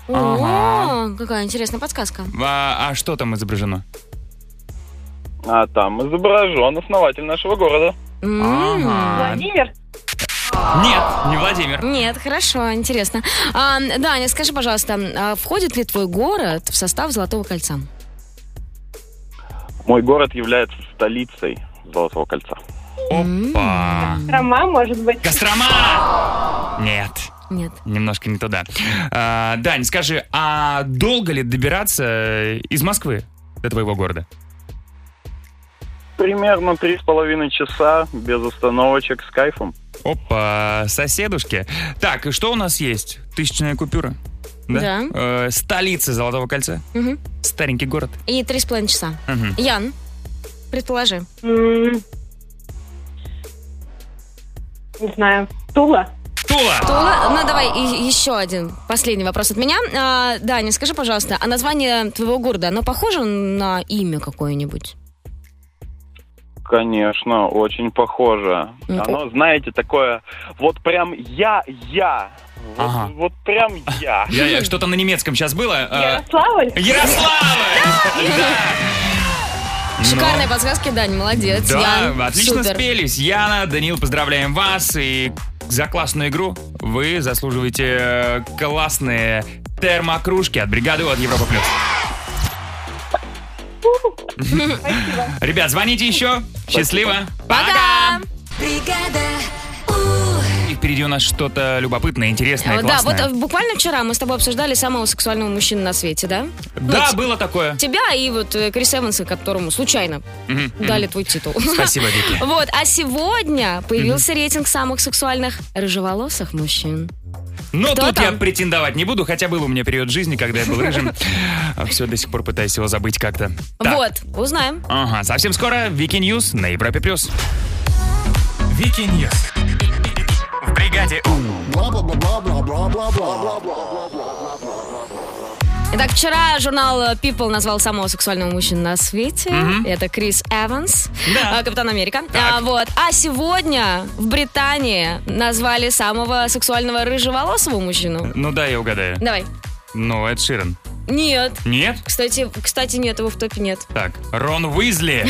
S6: О, какая интересная подсказка.
S2: А, а что там изображено?
S11: А там изображен основатель нашего города.
S2: Ага.
S14: Владимир?
S2: Нет, не Владимир.
S6: Нет, хорошо, интересно. А, Даня, скажи, пожалуйста, а входит ли твой город в состав Золотого кольца?
S11: Мой город является столицей Золотого кольца.
S2: Опа.
S14: Кострома, может быть.
S2: Кострома! Нет.
S6: Нет.
S2: Немножко не туда. А, Дань, скажи, а долго ли добираться э, из Москвы до твоего города?
S11: Примерно три с половиной часа без остановочек с кайфом.
S2: Опа, соседушки. Так, и что у нас есть? Тысячная купюра.
S6: Да.
S2: Э, столица Золотого кольца.
S6: Мгм.
S2: Старенький город.
S6: И три с половиной часа.
S2: Мгм.
S6: Ян, предположи.
S8: Не знаю. Тула?
S2: Тула.
S6: Тула. Ну, давай и- еще один последний вопрос от меня. А, Даня, скажи, пожалуйста, а название твоего города, оно похоже на имя какое-нибудь?
S11: Конечно, очень похоже.
S6: Ну,
S11: Оно, знаете, такое, вот прям я-я. Вот,
S2: Ага.
S11: вот прям я.
S2: Я- я- Что-то на немецком сейчас было. э,
S8: Ярославль?
S2: Ярославль! Да.
S6: Шикарные подсказки, Дань, молодец.
S2: Ну. Да,
S6: Ян,
S2: отлично
S6: супер.
S2: спелись. Яна, Данил, поздравляем вас и за классную игру вы заслуживаете э, классные термокружки от бригады от Европа Плюс. Ребят, звоните еще. Счастливо.
S6: Пока!
S1: Бригада.
S2: И впереди у нас что-то любопытное, интересное,
S6: Э, Да, вот
S2: классное.
S6: э, буквально вчера мы с тобой обсуждали самого сексуального мужчину на свете, да?
S2: Да,
S6: Ну,
S2: было такое.
S6: Тебя и вот э, Крис Эванса, которому случайно
S2: Мгм, мгм.
S6: дали твой титул.
S2: Спасибо, Вики.
S6: Вот, а сегодня появился рейтинг самых сексуальных рыжеволосых мужчин.
S2: Но
S6: Кто
S2: тут я
S6: там?
S2: претендовать не буду, хотя был у меня период жизни, когда я был рыжим. Все, до сих пор пытаюсь его забыть как-то. Так,
S6: Вот, узнаем.
S2: Ага, совсем скоро Вики Ньюс на Европе Плюс. Вики Ньюс. В бригаде
S6: Итак, вчера журнал э, People назвал самого сексуального мужчину на свете.
S1: Мгм.
S6: Это Крис Эванс,
S1: Да.
S6: э, Капитан Америка. А, вот. а сегодня в Британии назвали самого сексуального рыжеволосого мужчину.
S2: Ну да, я угадаю.
S6: Давай.
S2: Ну, Эд Ширен.
S6: Нет.
S2: Нет?
S6: Кстати, кстати, нет, его в топе нет.
S2: Так, Рон Уизли.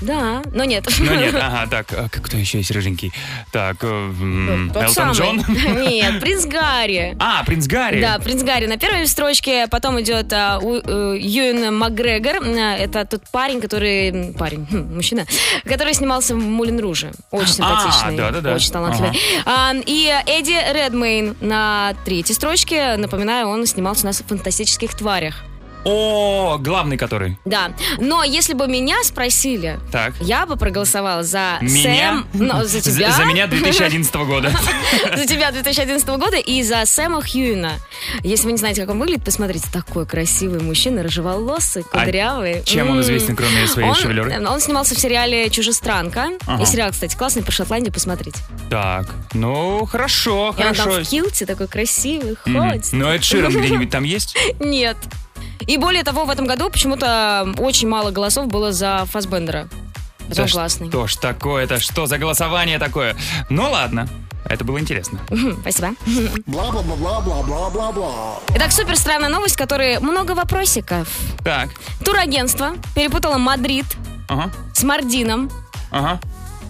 S6: Да, но нет.
S2: Ну нет, ага, так, а кто еще есть рыженький? Так, э, м,
S6: Ну, Тот
S2: Элтон
S6: самый.
S2: Джон?
S6: Нет, принц Гарри.
S2: А, принц Гарри.
S6: Да, принц Гарри на первой строчке, потом идет а, У- э, Юэн Макгрегор, Э, это тот парень, который м, парень, хм, мужчина, который снимался в Мулин Руже, очень симпатичный,
S2: А, да-да-да.
S6: очень талантливый. А, и Эдди Редмейн на третьей строчке, напоминаю, он снимался у нас в фантастических тварях.
S2: О, главный который.
S6: Да, но если бы меня спросили,
S2: Так.
S6: я бы проголосовала за
S2: Меня?
S6: Сэм, но за тебя,
S2: За меня 2011 года.
S6: за тебя 2011 года и за Сэма Хьюина. Если вы не знаете, как он выглядит, посмотрите, такой красивый мужчина, рыжеволосый, кудрявый.
S2: А чем он
S6: М.
S2: известен, кроме своей
S6: Он-
S2: шевелюры?
S6: э, Он снимался в сериале «Чужестранка».
S2: Ага.
S6: И сериал, кстати, классный, по Шотландии посмотрите.
S2: Так, ну хорошо,
S6: И он там
S2: хорошо.
S6: в килте такой красивый,
S2: Мгм.
S6: ходит.
S2: Ну, Эд Ширен где-нибудь там есть?
S6: Нет. И более того, в этом году почему-то очень мало голосов было за Фасбендера. Это
S2: Да
S6: он классный.
S2: Что ж такое-то, что за голосование такое? Ну ладно, это было интересно.
S6: Мгм, Спасибо.
S1: Бла-бла-бла-бла-бла-бла-бла.
S6: Итак, супер странная новость, в которой много вопросиков.
S2: Так,
S6: Турагентство перепутало Мадрид
S2: ага,
S6: с Мардином
S2: ага.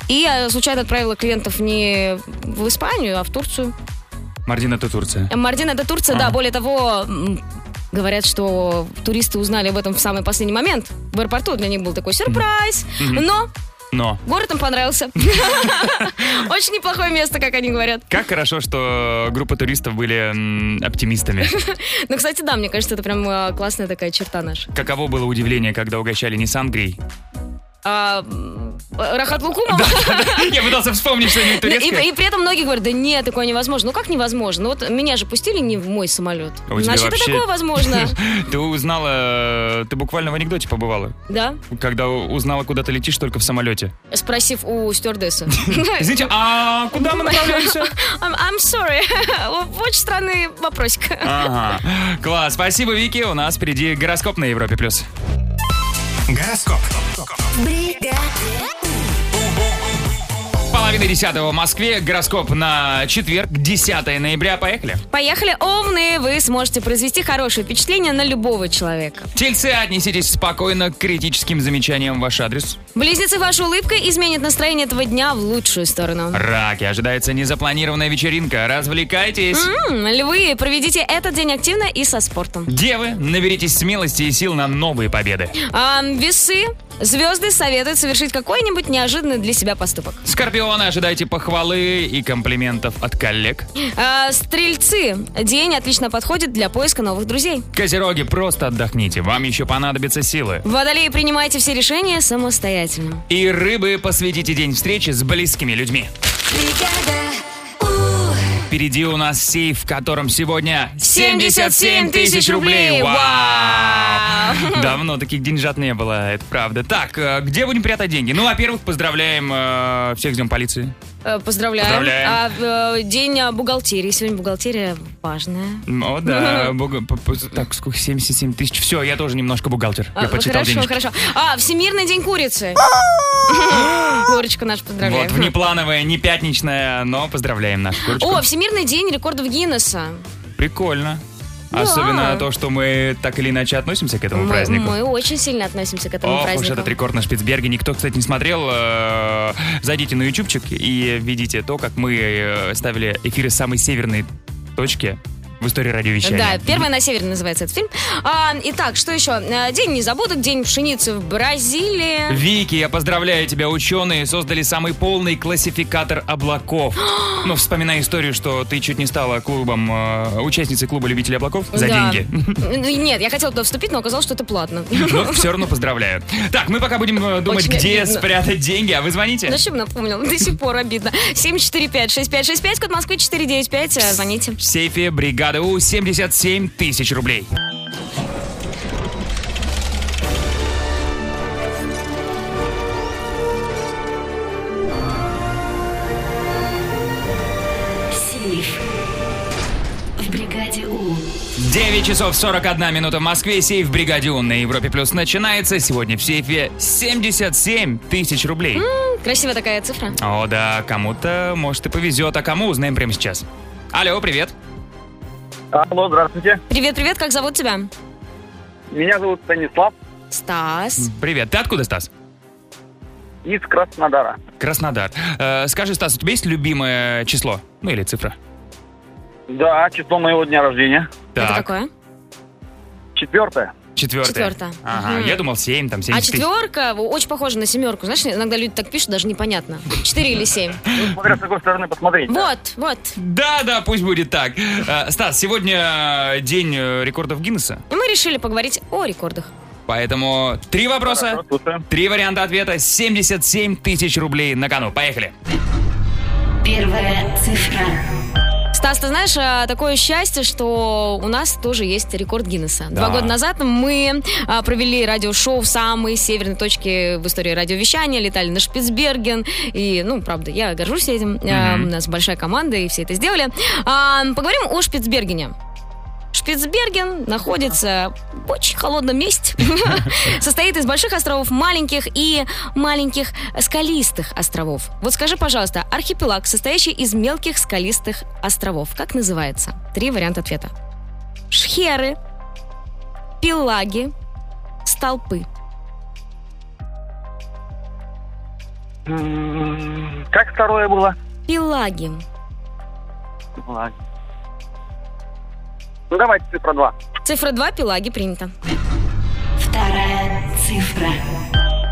S6: и э, случайно отправила клиентов не в Испанию, а в Турцию.
S2: Мардин, это Турция.
S6: Э, Мардин это Турция, да, более того, м, говорят, что туристы узнали об этом в самый последний момент. В аэропорту для них был такой сюрприз,
S2: Мгм.
S6: но
S2: Но
S6: город им понравился. Очень неплохое место, как они говорят.
S2: как хорошо, что группа туристов были м, оптимистами.
S6: Ну, кстати, да, мне кажется, это прям э, классная такая черта наша.
S2: Каково было удивление, когда угощали не сангрий?
S6: А, м, Рахат Лукумов.
S2: Я пытался вспомнить что-нибудь
S6: Да, Ну, И,
S2: турецкое.
S6: и при этом многие говорят, да нет, такое невозможно. Ну как невозможно? Ну вот меня же пустили не в мой самолет.
S2: А у тебя
S6: Значит,
S2: вообще-
S6: и такое возможно.
S2: Ты узнала, э, ты буквально в анекдоте побывала,
S6: Да,
S2: когда у- узнала, куда ты летишь только в самолете.
S6: спросив у стюардессы.
S2: Извините, а куда мы направляемся?
S6: I'm, I'm sorry. Очень странный вопросик.
S2: Ага. Класс, спасибо, Вики. У нас впереди гороскоп на Европе+. плюс. Гороскоп. Половина десятого в Москве. Гороскоп на четверг, 10 ноября. Поехали.
S6: Поехали, овны, вы сможете произвести хорошее впечатление на любого человека.
S2: Тельцы, отнеситесь спокойно к критическим замечаниям в ваш адрес.
S6: Близнецы, ваша улыбка изменит настроение этого дня в лучшую сторону.
S2: Раки, ожидается незапланированная вечеринка. Развлекайтесь.
S6: М, львы, проведите этот день активно и со спортом.
S2: Девы, наберитесь смелости и сил на новые победы.
S6: А, весы, звезды советуют совершить какой-нибудь неожиданный для себя поступок.
S2: Скорпионы, ожидайте похвалы и комплиментов от коллег.
S6: А, стрельцы, день отлично подходит для поиска новых друзей.
S2: Козероги, просто отдохните, вам еще понадобятся силы.
S6: Водолеи, принимайте все решения самостоятельно.
S2: И рыбы, посвятите день встречи с близкими людьми. Впереди у нас сейф, в котором сегодня
S1: 77 тысяч рублей.
S2: Вау! Давно таких деньжат не было, это правда. Так, э, где будем прятать деньги? Ну, во-первых, поздравляем э, всех с Днем полиции.
S6: Э, Поздравляем.
S2: Поздравляем.
S6: А, э, день э, бухгалтерии. Сегодня бухгалтерия важная.
S2: О, да. бога- п- п- Так, сколько? 77 тысяч. Все, я тоже немножко бухгалтер.
S6: А,
S2: Я подсчитал
S6: хорошо,
S2: денежки.
S6: хорошо. А, Всемирный день курицы. Курочка наш поздравляем.
S2: Вот, внеплановая, не пятничная, но поздравляем нашу курочку.
S6: О, Всемирный день рекордов Гиннесса.
S2: Прикольно.
S6: Да.
S2: Особенно то, что мы так или иначе относимся к этому
S6: Мы,
S2: празднику.
S6: мы очень сильно относимся к этому
S2: Ох уж
S6: празднику.
S2: этот рекорд на Шпицберге. Никто, кстати, не смотрел. Э, Зайдите на ютубчик и видите то, как мы э, ставили эфиры самой северной точки в истории радиовещания.
S6: Да, первая на севере называется этот фильм. А, итак, что еще? А, День незабудок, день пшеницы в Бразилии.
S2: Вики, я поздравляю тебя, ученые создали самый полный классификатор облаков. Но вспоминай историю, что ты чуть не стала клубом, э, участницей клуба любителей облаков за
S6: Да.
S2: деньги.
S6: Ну, Нет, я хотела туда вступить, но оказалось, что это платно.
S2: Но все Ну, равно поздравляю. Так, мы пока будем э, думать,
S6: Очень
S2: где
S6: обидно. Ну,
S2: спрятать деньги, а вы звоните.
S6: Зачем напомнил? До сих пор обидно. 745-6565, код Москвы 495. э, Звоните.
S2: В сейфе бригады У 77 тысяч рублей.
S1: Сейф в бригаде У.
S2: 9 часов 41 минута в Москве. Сейф бригаде У на Европе Плюс начинается. Сегодня в сейфе 77 тысяч рублей.
S6: М, Красивая такая цифра.
S2: О, да, кому-то, может, и повезет, а кому узнаем прямо сейчас. Алло, привет.
S20: Алло, здравствуйте.
S6: Привет-привет, как зовут тебя?
S20: Меня зовут Станислав
S6: Стас.
S2: Привет, ты откуда, Стас?
S20: из Краснодара.
S2: Краснодар. Э, скажи, Стас, у тебя есть любимое число? Ну или цифра?
S20: Да, число моего дня рождения.
S2: Так,
S6: Какое?
S20: Четвертое.
S2: четвертое.
S6: четвертое.
S2: Ага,
S6: Мгм.
S2: я думал 7, там
S6: А
S2: 70 тысяч.
S6: четверка во, очень похожа на семерку. Знаешь, иногда люди так пишут, даже непонятно. Четыре или семь.
S20: Смотря с какой стороны посмотреть.
S6: Вот, вот.
S2: Да, да, пусть будет так. Э, Стас, сегодня э, день э, рекордов Гиннесса,
S6: И мы решили поговорить о рекордах.
S2: поэтому три вопроса, три варианта ответа, 77 тысяч рублей на кону. Поехали.
S1: Первая цифра.
S6: Стас, ты знаешь, а, такое счастье, что у нас тоже есть рекорд Гиннесса. Два
S1: Да.
S6: года назад мы а, провели радиошоу в самой северной точке в истории радиовещания, летали на Шпицберген. И, ну, правда, я горжусь этим. А,
S1: Мгм.
S6: У нас большая команда, и все это сделали. А, поговорим о Шпицбергене. Шпицберген находится в очень холодном месте. Состоит из больших островов, маленьких и маленьких скалистых островов. Вот скажи, пожалуйста, архипелаг, состоящий из мелких скалистых островов, как называется? Три варианта ответа. Шхеры, пелаги, столпы.
S20: М, Как второе было?
S6: Пелаги.
S20: Ладно. Ну, давайте цифра два.
S6: Цифра 2, пелаги, принято.
S1: Вторая цифра.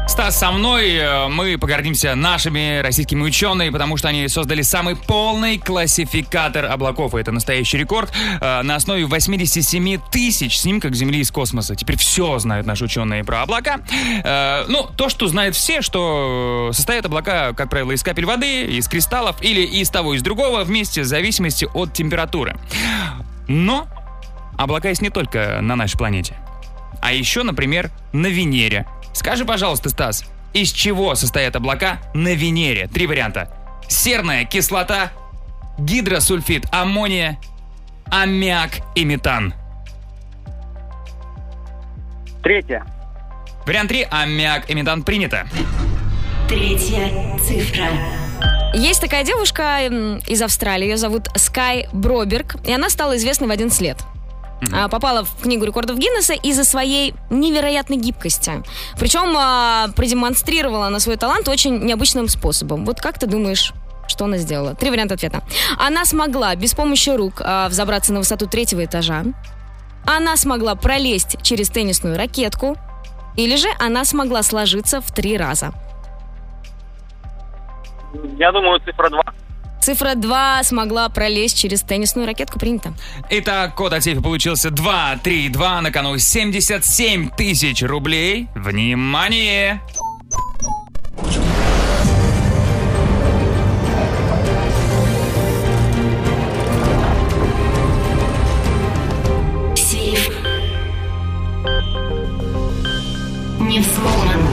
S2: Стас, со мной э, мы погордимся нашими российскими учеными, потому что они создали самый полный классификатор облаков. И Это настоящий рекорд э, на основе 87 тысяч снимков Земли из космоса. Теперь все знают наши ученые про облака. Э, Ну, то, что знают все, что э, состоят облака, как правило, из капель воды, из кристаллов или из того, из другого, вместе в зависимости от температуры. Но облака есть не только на нашей планете, а еще, например, на Венере. Скажи, пожалуйста, Стас, из чего состоят облака на Венере? Три варианта. Серная кислота, гидросульфид аммония, аммиак и метан.
S20: Третье.
S2: Вариант 3. Аммиак и метан принято.
S1: Третья цифра.
S6: Есть такая девушка м, из Австралии, ее зовут Скай Броберг, и она стала известной в 11 лет. А, Попала в книгу рекордов Гиннесса из-за своей невероятной гибкости. Причем а, продемонстрировала она свой талант очень необычным способом. Вот как ты думаешь, что она сделала? Три варианта ответа. Она смогла без помощи рук а, взобраться на высоту третьего этажа. Она смогла пролезть через теннисную ракетку. Или же она смогла сложиться в три раза.
S20: Я думаю, цифра два.
S6: Цифра 2 смогла пролезть через теннисную ракетку. Принято.
S2: Итак, код от сейфа получился 232, на кону 77 тысяч рублей. Внимание!
S1: Сейф не взломан.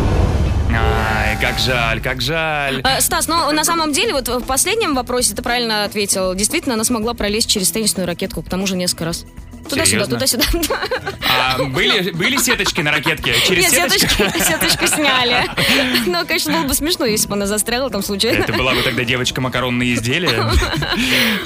S2: Ай, как жаль, как жаль.
S6: Э, Стас, ну на самом деле, вот в последнем вопросе ты правильно ответил. Действительно, она смогла пролезть через теннисную ракетку, к тому же несколько раз. Туда-сюда,
S2: Серьезно?
S6: туда-сюда.
S2: А были, были сеточки на ракетке? Через
S6: Нет, сеточку,
S2: сеточку?
S6: сеточку сняли. Но, конечно, было бы смешно, если бы она застряла там случайно.
S2: Это была бы тогда девочка макаронные изделия.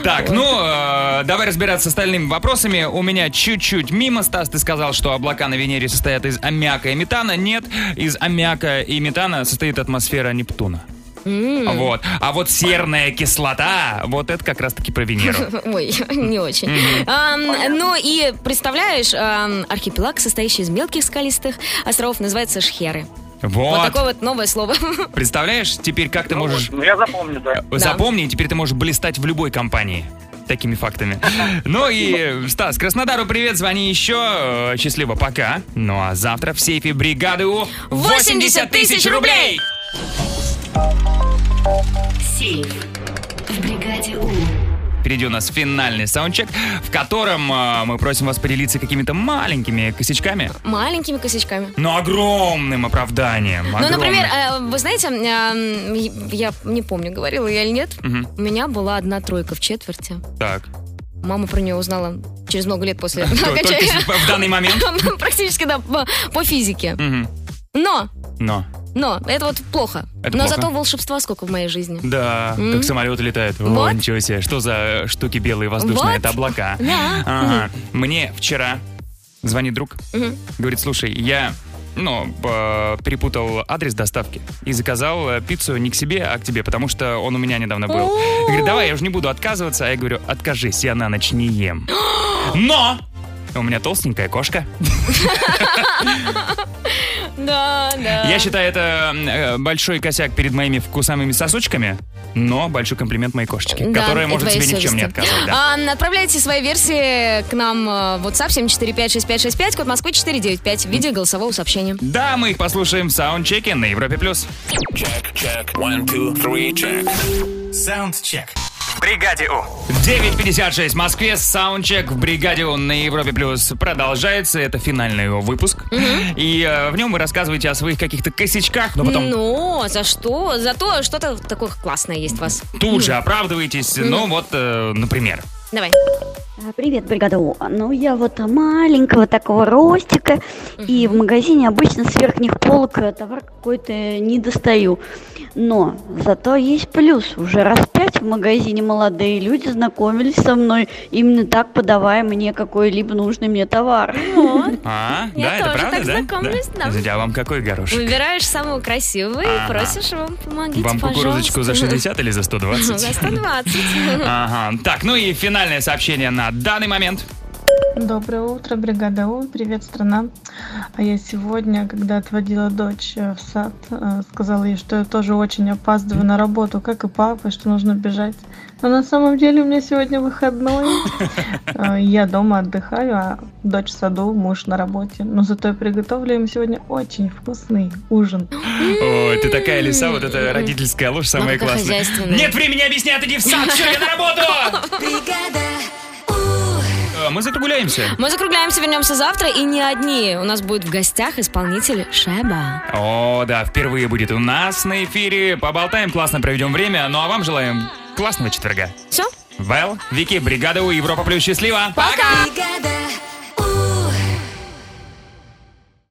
S2: Так, ну, э, давай разбираться с остальными вопросами. У меня чуть-чуть мимо. Стас, ты сказал, что облака на Венере состоят из аммиака и метана. Нет, из аммиака и метана состоит атмосфера Нептуна.
S6: М.
S2: Вот. А вот серная кислота, вот это как раз-таки про Венеру.
S6: Ой, не очень.
S2: Мгм.
S6: Ам, ну и представляешь, ам, архипелаг, состоящий из мелких скалистых островов, называется Шхеры. Вот
S2: Вот.
S6: такое вот новое слово.
S2: Представляешь, теперь как ты можешь...
S20: Ну, я запомню, да.
S2: Запомни, и теперь ты можешь блистать в любой компании. Такими фактами. Ну и, Стас, Краснодару привет, звони еще. Э, Счастливо, пока. Ну а завтра в сейфе бригады у
S1: 80 тысяч рублей! Сейф. В бригаде У.
S2: Впереди у нас финальный саундчек, в котором э, мы просим вас поделиться какими-то маленькими косячками,
S6: Маленькими косячками.
S2: но огромным оправданием.
S6: Ну,
S2: огромным.
S6: например, э, вы знаете, эм, я не помню, говорила я или нет,
S2: Мгм.
S6: у меня была одна тройка в четверти.
S2: Так.
S6: Мама про нее узнала через много лет после
S2: То- Только с- в данный момент.
S6: Практически, да, по- по физике.
S2: Мгм.
S6: Но,
S2: Но.
S6: но, это вот плохо.
S2: Это
S6: Но
S2: плохо.
S6: зато волшебства сколько в моей жизни.
S2: Да,
S6: М.
S2: как самолеты летают. О,
S6: Вот.
S2: ничего себе. Что за штуки белые воздушные?
S6: Вот.
S2: Это облака.
S6: Да.
S2: Ага. Мне вчера звонит друг,
S6: Мгм.
S2: говорит, слушай, я, ну, э, перепутал адрес доставки и заказал э, пиццу не к себе, а к тебе, потому что он у меня недавно был. Говорит, давай, я уже не буду отказываться. А я говорю, откажись, я на ночь не ем. Но! У меня толстенькая кошка.
S6: Да, да.
S2: Я считаю, это э, большой косяк перед моими вкусамыми сосочками, но большой комплимент моей кошечке,
S6: Да,
S2: которая
S6: и
S2: может
S6: твоей
S2: себе ни в чем не
S6: совести.
S2: отказывать. да.
S6: А, отправляйте свои версии к нам э, в WhatsApp 7456565, код Москвы 495 в виде голосового сообщения.
S2: Да, мы их послушаем в саундчеке на Европе+. плюс.
S7: Check. One, two, three, check. Саундчек. Бригаде У.
S2: 9.56 в Москве. Саундчек в бригаде «У» на Европе Плюс продолжается. Это финальный его выпуск. И э, в нем вы рассказываете о своих каких-то косячках, но А потом
S6: Ну, за что? За то, что-то такое классное есть у вас.
S2: тут же оправдываетесь. Ну
S6: Мгм.
S2: вот, э, например.
S6: Давай.
S4: А, Привет, бригада У. Ну, я вот маленького такого ростика, и в магазине обычно с верхних полок э, товар какой-то не достаю. Но зато есть плюс. Уже раз пять в магазине молодые люди знакомились со мной, именно так подавая мне какой-либо нужный мне товар.
S2: А,
S6: Я
S2: да, это
S6: тоже
S2: правда,
S6: так
S2: да?
S6: знакомлюсь, да.
S2: Подождите, а вам какой горошек?
S6: Выбираешь самую красивую и
S2: Ага.
S6: просишь его, помогите,
S2: вам кукурузочку за
S6: пожалуйста».
S2: 60 или за
S6: За
S2: 120?
S6: 120.
S2: Ага. Так, ну и финальное сообщение на данный момент.
S21: Доброе утро, бригада У. Привет, страна. А я сегодня, когда отводила дочь э, в сад, э, сказала ей, что я тоже очень опаздываю на работу, как и папа, что нужно бежать. Но на самом деле у меня сегодня выходной. Э, Я дома отдыхаю, а дочь в саду, муж на работе. Но зато я приготовлю им сегодня очень вкусный ужин.
S2: Ой, ты такая лиса, вот эта родительская ложь самая
S21: какая
S2: классная.
S21: хозяйственная.
S2: Нет времени объяснять, иди в сад, все, я на работу! Э, Мы закругляемся.
S6: Мы закругляемся, вернемся завтра, и не одни. У нас будет в гостях исполнитель Шеба.
S2: О, да, впервые будет у нас на эфире. Поболтаем, классно проведем время. Ну а вам желаем классного четверга.
S6: Все?
S2: Вэл, Вики, бригада у Европа Плюс. Счастливо!
S6: Пока!
S1: Бригада